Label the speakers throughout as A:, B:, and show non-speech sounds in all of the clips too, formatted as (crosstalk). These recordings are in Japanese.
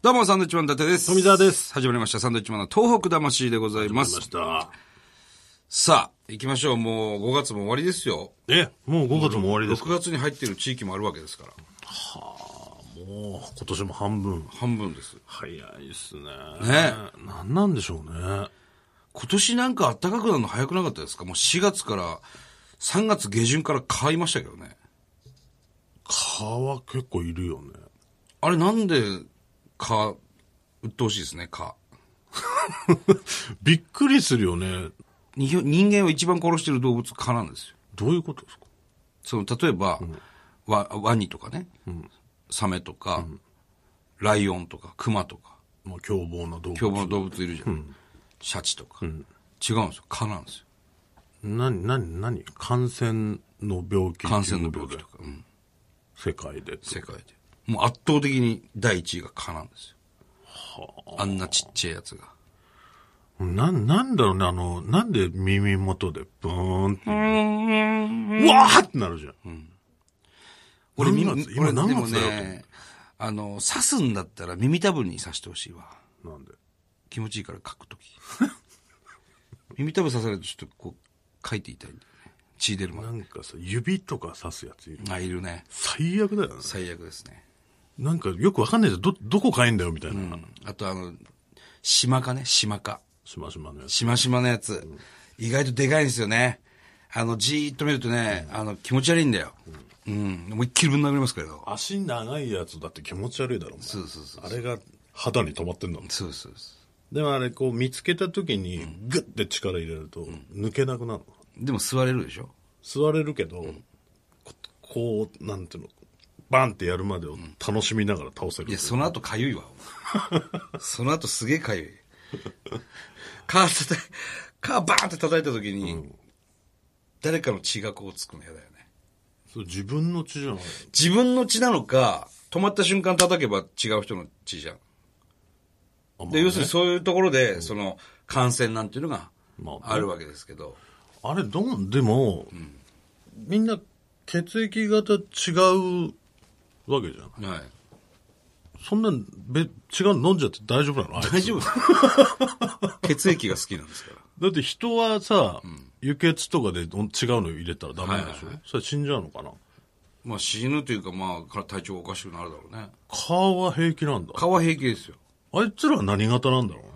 A: どうも、サンドウィッチマン伊達です。
B: 富澤です。
A: 始まりました、サンドウィッチマンの東北魂でございま。
B: 来ますした。
A: さあ、行きましょう。もう5月も終わりですよ。
B: え、もう5月も終わりです
A: 6
B: か
A: 月に入ってる地域もあるわけですから。
B: もう今年も半分。
A: 半分です。
B: 早いっすね。
A: ね
B: なんなんでしょうね。
A: 今年なんか暖かくなるの早くなかったですかもう4月から、3月下旬から買いましたけどね。
B: 蚊は結構いるよね。 (laughs)
A: あれなんで、蚊、売ってほしいですね、蚊。
B: びっくりするよね。
A: に人間を一番殺してる動物蚊なんですよ。
B: どういうことですか
A: その、例えば、ワワニとかね、サメとか、ライオンとか、クマとか。
B: まあ、凶暴な動
A: 凶暴な
B: 物。
A: 動物いるじゃん。シャチとか。違うんですよ。蚊なんですよ。
B: なに、なに、なに感染の病気。
A: 感染の病気とか。
B: か。
A: うん。
B: 世界で。
A: 世界で。もう圧倒的に第一位が蚊なんですよ。あんなちっちゃいやつが。
B: な、なんだろうね、あの、なんで耳元でブーンって。うわーってなるじゃん。
A: 俺、
B: 何
A: 耳
B: 月今
A: 俺
B: 何
A: でも
B: 月だよと思
A: ね、あの、刺すんだったら耳たぶに刺してほしいわ。
B: なんで。
A: 気持ちいいから書く (laughs) とき。耳たぶ刺されるとちょっとこう、書いていたいんだよね。血出るまで
B: な。んかさ、指とか刺すやついる。
A: あ、いるね。
B: 最悪だよね。
A: 最悪ですね。
B: なんかよくわかんないじゃん。ど、どこ買えんだよみたいな。
A: うん。あとあの、島かね、島か。
B: しましまのやつ。
A: しましまのやつ、意外とでかいんですよね。あの、じーっと見るとね、あの、気持ち悪いんだよ。うん。思いっきりぶん殴りますけど。
B: 足長いやつだって気持ち悪いだろ、お前
A: そうそうそう
B: あれが肌に止まってんだもん。
A: そうそうそ
B: でもあれ、こう見つけた時に、グッて力入れると、抜けなくなるの。
A: う。でも座れるでしょ
B: 座れるけど、ここう、なんていうの、バンってやるまでを楽しみながら倒せる。
A: いや、その後か (laughs) ゆいわ。その後すげえかゆい。カー叩い、カーバーンって叩いた時に、誰かの血がこうつくの嫌だよね。
B: そう自分の血じゃない。
A: 自分の血なのか、止まった瞬間叩けば違う人の血じゃん。
B: あまあ
A: で、
B: ね
A: 要するにそういうところで、その、感染なんていうのが
B: まあね
A: あるわけですけど。
B: あれ、どう、でも、みんな血液型違うわけじゃん。
A: はい。
B: そんな、べ、違うの飲んじゃって大丈夫
A: (laughs)
B: なのあいつ
A: 大丈夫血液が好きなんですか
B: だって人はさ、輸血とかでどん違うの入れたらダメなんでしょ、
A: はいはいは
B: それ死んじゃうのかな
A: ら。まあ死ぬというか、まあ、体調おかしくなるだろうね。
B: 顔は平気なんだ。
A: 蚊は平気ですよ。
B: あいつらは何型なんだろうね。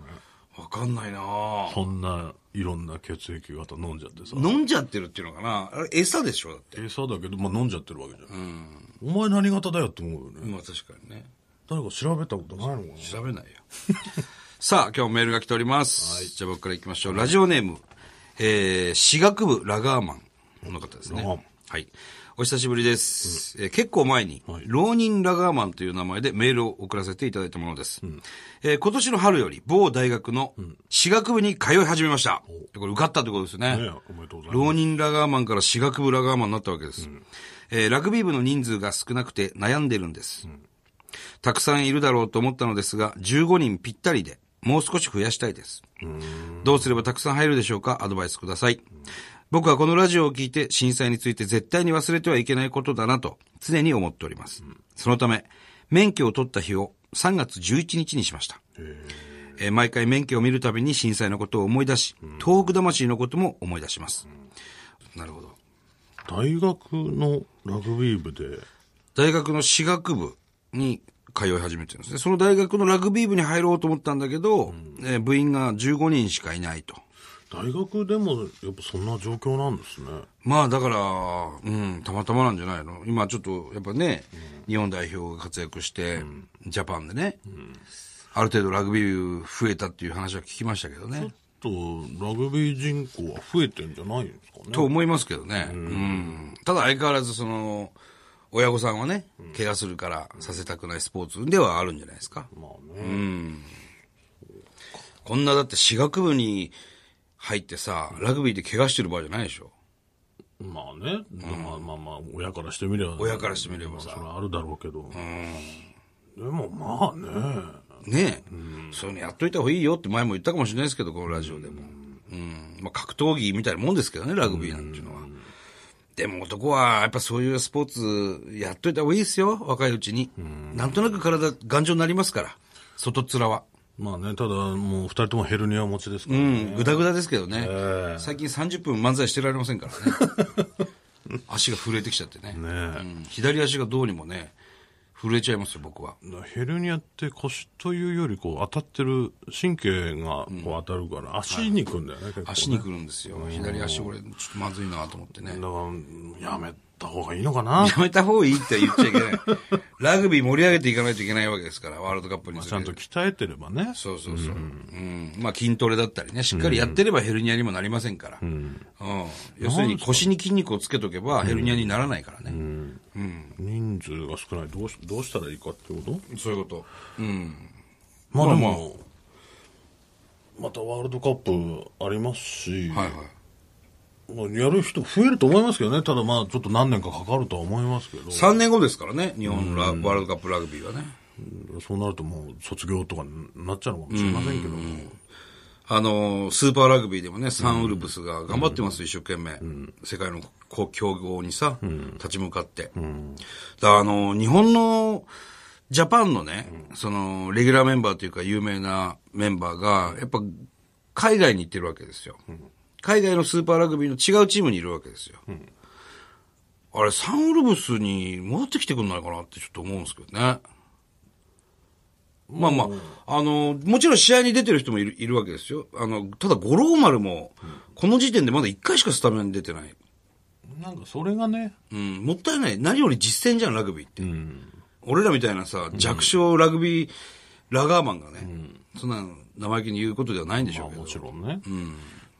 A: わかんないなぁ
B: そんな、いろんな血液型飲んじゃってさ。
A: 飲んじゃってるっていうのかなあれ餌でしょだって。
B: 餌だけど、まあ、飲んじゃってるわけじゃん。お前何型だよって思うよね。
A: まあ確かにね。
B: 誰か調べたことないのかな
A: 調べないよ。 (laughs) さあ、今日もメールが来ております。じゃあ僕から行きましょう。ラジオネーム、えー、私学部ラガーマンの方です
B: ラガーマ
A: ね
B: ン。
A: はい。お久しぶりです。えー結構前に、
B: はい
A: 浪人ラガーマンという名前でメールを送らせていただいたものです。えー今年の春より某大学の私学部に通い始めました。これ受かったってことですよね。
B: ねえおめでとうございます。
A: 浪人ラガーマンから私学部ラガーマンになったわけです。えーラグビー部の人数が少なくて悩んでるんです。たくさんいるだろうと思ったのですが、15人ぴったりで、もう少し増やしたいです。どうすればたくさん入るでしょうかアドバイスください。僕はこのラジオを聞いて震災について絶対に忘れてはいけないことだなと常に思っております。そのため、免許を取った日を3月11日にしました。えー毎回免許を見るたびに震災のことを思い出し、東北魂のことも思い出します。なるほど。
B: 大学のラグビー部で、
A: 大学の私学部に通い始めてるんですね。その大学のラグビー部に入ろうと思ったんだけど、えー部員が15人しかいないと。
B: 大学でもやっぱそんな状況なんですね。
A: まあだから、うん、たまたまなんじゃないの今ちょっと、やっぱね、日本代表が活躍して、ジャパンでね、ある程度ラグビー部増えたっていう話は聞きましたけどね。
B: ちょっと、ラグビー人口は増えてんじゃないんですかね。
A: と思いますけどね。うんただ相変わらずその、親御さんはね、怪我するからさせたくないスポーツではあるんじゃないですか。
B: まあね。
A: こんなだって私学部に入ってさ、ラグビーで怪我してる場合じゃないでしょ。
B: まあね。まあまあまあ、親からしてみれば、
A: 親からしてみれば
B: まあ
A: さ
B: それはあるだろうけど。でもまあね。
A: ねえ、そういうのやっといた方がいいよって前も言ったかもしれないですけど、このラジオでも。うん。まあ格闘技みたいなもんですけどね、ラグビーなんていうのは。でも男は、やっぱそういうスポーツ、やっといた方がいいですよ、若いうちに。なんとなく体、頑丈になりますから。外面は。
B: まあね、ただ、もう二人ともヘルニアを持ちですから、
A: うん、ぐだぐだですけどね、
B: ええ
A: 最近30分漫才してられませんから (laughs) ね。足が震えてきちゃってね
B: ねえ
A: うん左足がどうにもね、震えちゃいますよ、僕は。
B: ヘルニアって腰というよりこう当たってる神経がこう当たるから、足にくんだよね、結構ね
A: 足にくるんですよ。左足、俺、ちょっとまずいなと思ってね。
B: だからやめた方がいいのかな
A: やめた方がいいって言っちゃいけない。 (laughs) ラグビー盛り上げていかないといけないわけですから、ワールドカップに
B: ちゃんと鍛えてればね
A: そうそうそう。うん。まあ筋トレだったりね、しっかりやってればヘルニアにもなりませんから。うん。要するに腰に筋肉をつけとけばヘルニアにならないからね。
B: 人数が少ないどうしどうしたらいいかってこと
A: そういうこと。うん。
B: まあで
A: まあまあ
B: も、またワールドカップありますし、
A: はいはい。
B: まあやる人増えると思いますけどねただまあちょっと何年かかかるとは思いますけど
A: 3年後ですからね、日本のラワールドカップラグビーはね。
B: そうなるともう卒業とかになっちゃうのかもしれませんけども、
A: あのー、スーパーラグビーでもね、サンウルブスが頑張ってます、一生懸命。世界のこう強豪にさ、立ち向かって。だからあのー、日本の、ジャパンのね、その、レギュラーメンバーというか有名なメンバーが、やっぱ、海外に行ってるわけですよ。海外のスーパーラグビーの違うチームにいるわけですよ。あれ、サンウルブスに戻ってきてくんないかなってちょっと思うんですけどね。まあまあ、あの、もちろん試合に出てる人もいるいるわけですよ。あの、ただ五郎丸も、この時点でまだ1回しかスタメン出てない。
B: なんかそれがね
A: うん、もったいない。何より実戦じゃん、ラグビーって。俺らみたいなさ、弱小ラグビー、ラガーマンがね、そんな生意気に言うことではないんでしょうけど。
B: もちろんね、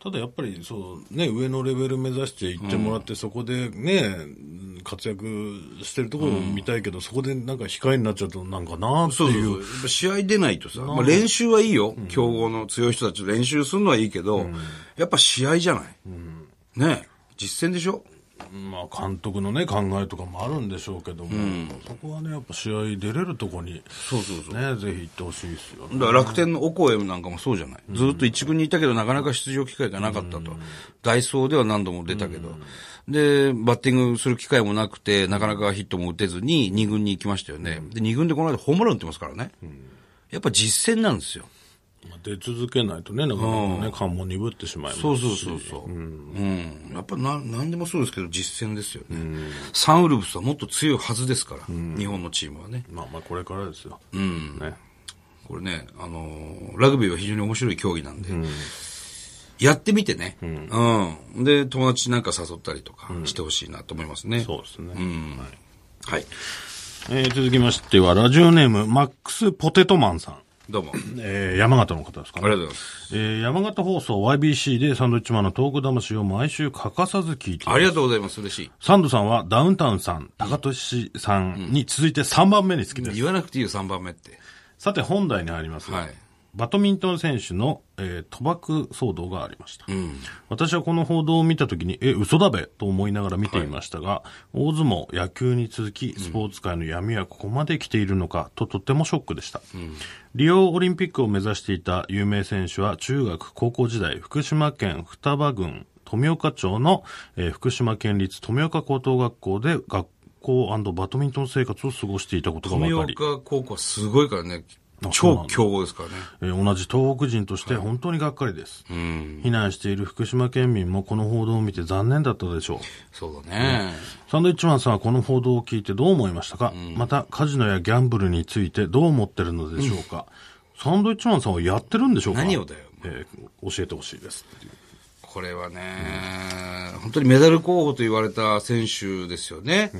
B: ただやっぱりそう、ね、上のレベル目指して行ってもらって、そこで、ね、活躍してるところを見たいけど、そこでなんか控えになっちゃうとなんかなって
A: そうそう
B: い
A: そう
B: う。
A: やっぱ試合出ないとさ、まあ、練習はいいよ、強豪の強い人たちと練習するのはいいけど、やっぱ試合じゃない。ねえ実戦でしょ
B: まあ、監督の、ね、考えとかもあるんでしょうけども、そこはねやっぱ試合出れるところに、
A: そうそうそう。
B: ね、ぜひ行ってほしいですよね
A: だから楽天のオコエなんかもそうじゃない。ずっと一軍にいたけど、なかなか出場機会がなかったと。ダイソーでは何度も出たけど。で、バッティングする機会もなくて、なかなかヒットも打てずに二軍に行きましたよね。で、二軍でこの間ホームラン打ってますからね。やっぱ実戦なんですよ。
B: まあ出続けないとね、なかなかね、感も鈍ってしまいますし
A: そうそうそうそう。うん。やっぱな、なんでもそうですけど、実戦ですよね。サンウルブスはもっと強いはずですから、日本のチームはね。
B: まあまあ、これからですよ。うん。ね。
A: これね、あのーラグビーは非常に面白い競技なんで、やってみてね、うん、で、友達なんか誘ったりとかしてほしいなと思いますね。
B: そうですね。はい
A: はい。
B: えー続きましては、ラジオネーム、マックス・ポテトマンさん。
A: どうも。あり
B: えー山形の方ですか
A: が
B: ね
A: とう。ございます。
B: えー山形放送 YBC でサンドウィッチマンのトーク魂を毎週欠かさず聞いてい
A: あり
B: ます。
A: がとうございます。嬉しい。
B: サンドさんはダウンタウンさん、高俊さんに続いて3番目に好きです。
A: 言わなくていいよ、3番目って。
B: さて本題に入りますが、
A: はい
B: バドミントン選手の、えー賭博騒動がありました。私はこの報道を見たときに、え、嘘だべと思いながら見ていましたが、大相撲、野球に続き、スポーツ界の闇はここまで来ているのかととってもショックでした。リオオリンピックを目指していた有名選手は中学、高校時代、福島県双葉郡富岡町の、えー福島県立富岡高等学校で学校バドミントン生活を過ごしていたことが分かり
A: 富、岡高校はすごいからね、超強豪ですからね。
B: えー同じ東北人として本当にがっかりです、避難している福島県民もこの報道を見て残念だったでしょう
A: そうだね。
B: サンドイッチマンさんはこの報道を聞いてどう思いましたか、またカジノやギャンブルについてどう思ってるのでしょうか、サンドイッチマンさんはやってるんでしょうか
A: 何をだよ
B: えー教えてほしいですっていう
A: これはね、本当にメダル候補と言われた選手ですよね。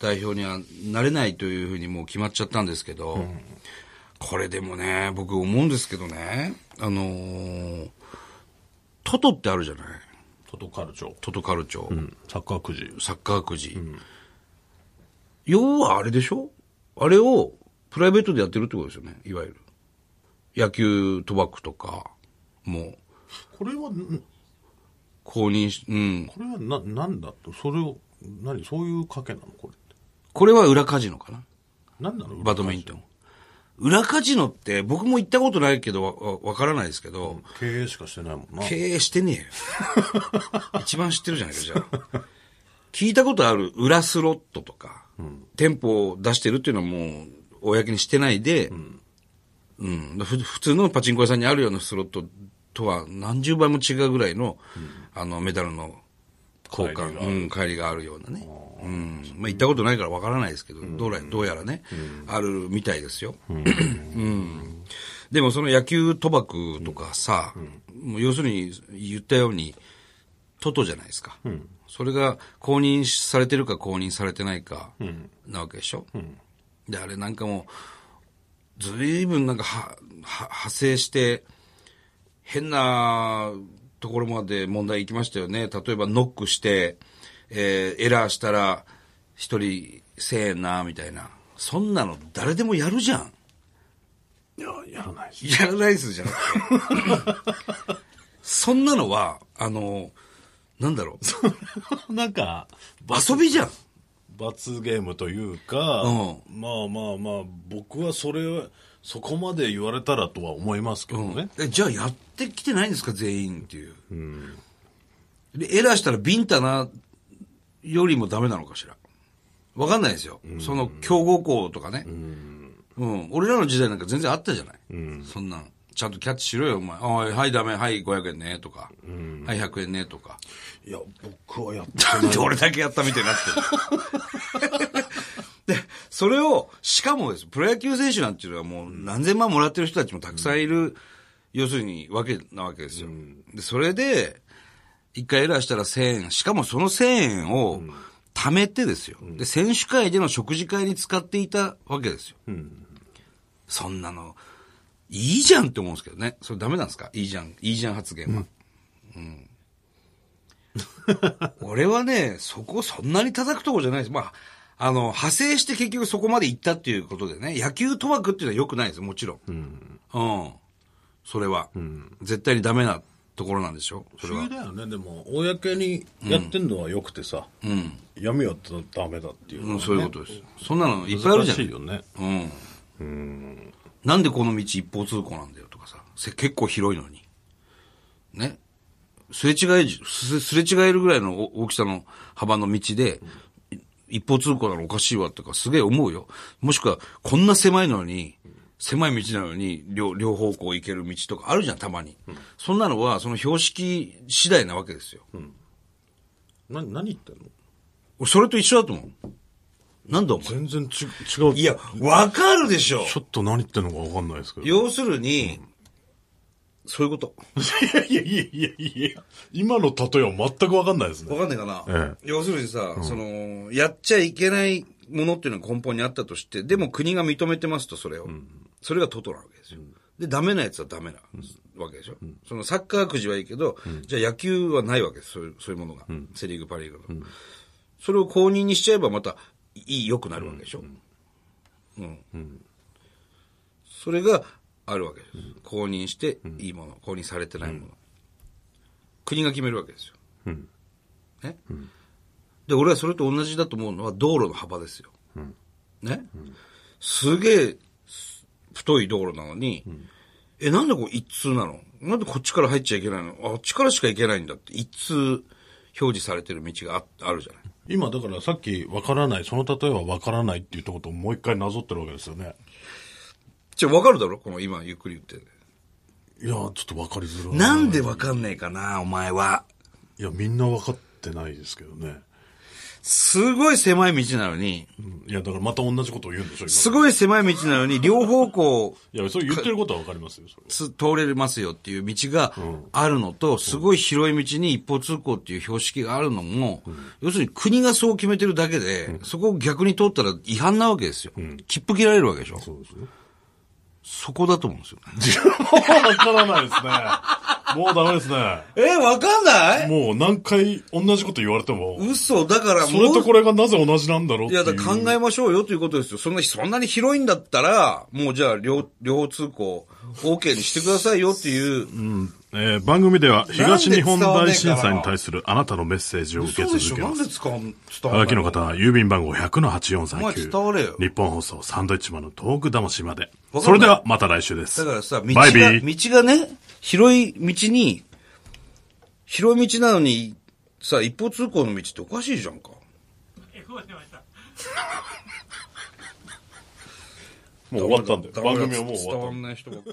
A: 代表にはなれないというふうにもう決まっちゃったんですけど、これでもね、僕思うんですけどね、あのートトってあるじゃない
B: トトカルチョ、
A: トトカルチョ、
B: うん、サッカーくじ
A: サッカーくじ。要はあれでしょあれをプライベートでやってるってことですよね、いわゆる。野球賭博とか、もう、
B: これはん
A: 公認し、うん、
B: これはななんだとそれを何そういう賭けなのこれって
A: これは裏カジノかな。
B: 何なの
A: バドミントン。裏カジノって僕も行ったことないけどわわ、わからないですけど、
B: 経営しかしてないもんな
A: 経営してねえよ。 (laughs) 一番知ってるじゃないか、じゃあ。聞いたことある裏スロットとか、店舗を出してるっていうのはもう、公にしてないで、うん、ふ普通のパチンコ屋さんにあるようなスロットとは何十倍も違うぐらいの、あのメダルの交換、うん、帰りがあるようなね、うんまあ、行ったことないからわからないですけど、どうらどうやらね、あるみたいですよ。うんでもその野球賭博とかさ、もう要するに言ったように、トトじゃないですか。それが公認されてるか公認されてないかなわけでしょ。で、あれなんかもう、ずいぶんなんかは、は、派生して、変なところまで問題行きましたよね。例えばノックして、えーエラーしたら一人1000円な、みたいな。そんなの誰でもやるじゃん。
B: いや、やらないし。
A: やらないっすじゃん。 (laughs) そんなのは、あの、なんだろ (laughs) う。
B: (laughs) なんか、罰、
A: 遊びじゃん。
B: 罰ゲームというか、
A: うん
B: まあまあまあ、僕はそれは、そこまで言われたらとは思いますけどね。
A: えじゃあやってきてないんですか、全員っていう。でエラーしたらビンタなよりもダメなのかしら。わかんないですよ。その強豪校とかね。うん。俺らの時代なんか全然あったじゃない。そんなん。ちゃんとキャッチしろよ、お前。おいはい、ダメ。はい、500円ね。とか。はい、100円ね。とか。
B: いや、僕はやって
A: なんで俺だけやったみたいになってる (laughs) で、それを、しかもです、プロ野球選手なんていうのはもう何千万もらってる人たちもたくさんいる、要するに、わけなわけですよ。で、それで、一回エラーしたら1000円、しかもその1000円を貯めてですよ。で、選手会での食事会に使っていたわけですよ。そんなの、いいじゃんって思うんですけどね。それダメなんですかいいじゃん、いいじゃん発言は。俺はね、そこそんなに叩くとこじゃないです。まあ、あの、派生して結局そこまで行ったっていうことでね、野球賭博っていうのは良くないです、もちろん。うん。それは。絶対にダメなところなんでしょそれ
B: 不思
A: は
B: 議。だよね。でも、公にやってんのは良くてさ、闇はダメだっていうのはね、
A: うん、そういうことです。そんなのいっぱいあるじゃ
B: 難しい
A: ん。
B: よね。
A: うん。なんでこの道一方通行なんだよとかさ。せ結構広いのに。ね。すれ違いじ、すすれ違えるぐらいのお大きさの幅の道で、い一方通行なのおかしいわとかすげえ思うよ。もしくは、こんな狭いのに、狭い道なのに両、両方向行ける道とかあるじゃん、たまに。そんなのは、その標識次第なわけですよ。
B: な何言ってんの
A: 俺それと一緒だと思う。なんだお前。
B: 全然ち違う。
A: いや、わかるでしょ
B: ちょっと何言ってんのか分かんないですけど。い
A: 要するに、そういうこと。
B: やいやいやいやいや、今の例えは全く分かんないですね。
A: わかんないかな、
B: え
A: 要するにさ、その、やっちゃいけないものっていうのが根本にあったとして、でも国が認めてますと、それを。それがトトなわけですよ。で、ダメなやつはダメなわけでしょ。そのサッカーくじはいいけど、じゃあ野球はないわけです。そういうそういうものが。セリーグ、パリーグの、それを公認にしちゃえばまた、いい、良くなるわけでしょ。うん。それがあるわけです。公認していいもの、公認されてないもの。国が決めるわけですよ。ね。で、俺はそれと同じだと思うのは道路の幅ですよ。ね。すげえす太い道路なのに、え、なんでこう一通なのなんでこっちから入っちゃいけないのああっちからしか行けないんだって一通表示されてる道がああるじゃない。
B: 今だからさっき分からない、その例えは分からないって言ったことをもう一回なぞってるわけですよね。
A: じゃわかるだろこの今ゆっくり言って。
B: いや、ちょっと分かりづらい。
A: なんでわかんないかなお前は。
B: いや、みんな分かってないですけどね。
A: すごい狭い道なのに、
B: うんいや、だからまた同じことを言うんでしょ、今。
A: すごい狭い道なのに、両方向
B: いや、それ言ってることは分かりますよ、それは。
A: つ通れますよっていう道があるのと、すごい広い道に一方通行っていう標識があるのも、要するに国がそう決めてるだけで、そこを逆に通ったら違反なわけですよ。切符切られるわけでしょ。
B: そうですね。
A: そこだと思うんですよね。
B: もう分からないですね。もうダメですね。
A: (laughs) え、わかんな
B: もう何回同じこと言われても、
A: 嘘、だから
B: それとこれがなぜ同じなんだろ
A: い
B: うってい
A: や、
B: う。
A: だから考えましょうよということですよ。そんな、そんなに広いんだったら、もうじゃあ、両、両方通行、OK にしてくださいよっていう。
B: えー番組では東日本
A: なんで伝わんねえ
B: 大
A: ん
B: 震
A: だろう
B: 災に対するあなたのメッセージを受け
A: そう
B: 続
A: でしょ
B: け
A: な
B: ま
A: ん
B: す
A: で。使うん、伝
B: は
A: わ
B: が
A: ん
B: き
A: ない
B: の方は郵便番号
A: お前伝われよ
B: 100-8439。日本放送サンドイッチマンのトーク魂まで。
A: わかんない
B: それではまた来週です。
A: だからさ、道
B: バイビ
A: が、
B: ー。
A: 道がね、広い道に、広い道なのに、さ、一方通行の道っておかしいじゃんか。
B: もう終わったんだよ。番組はもう終わった
A: 伝。わんない人ばっか。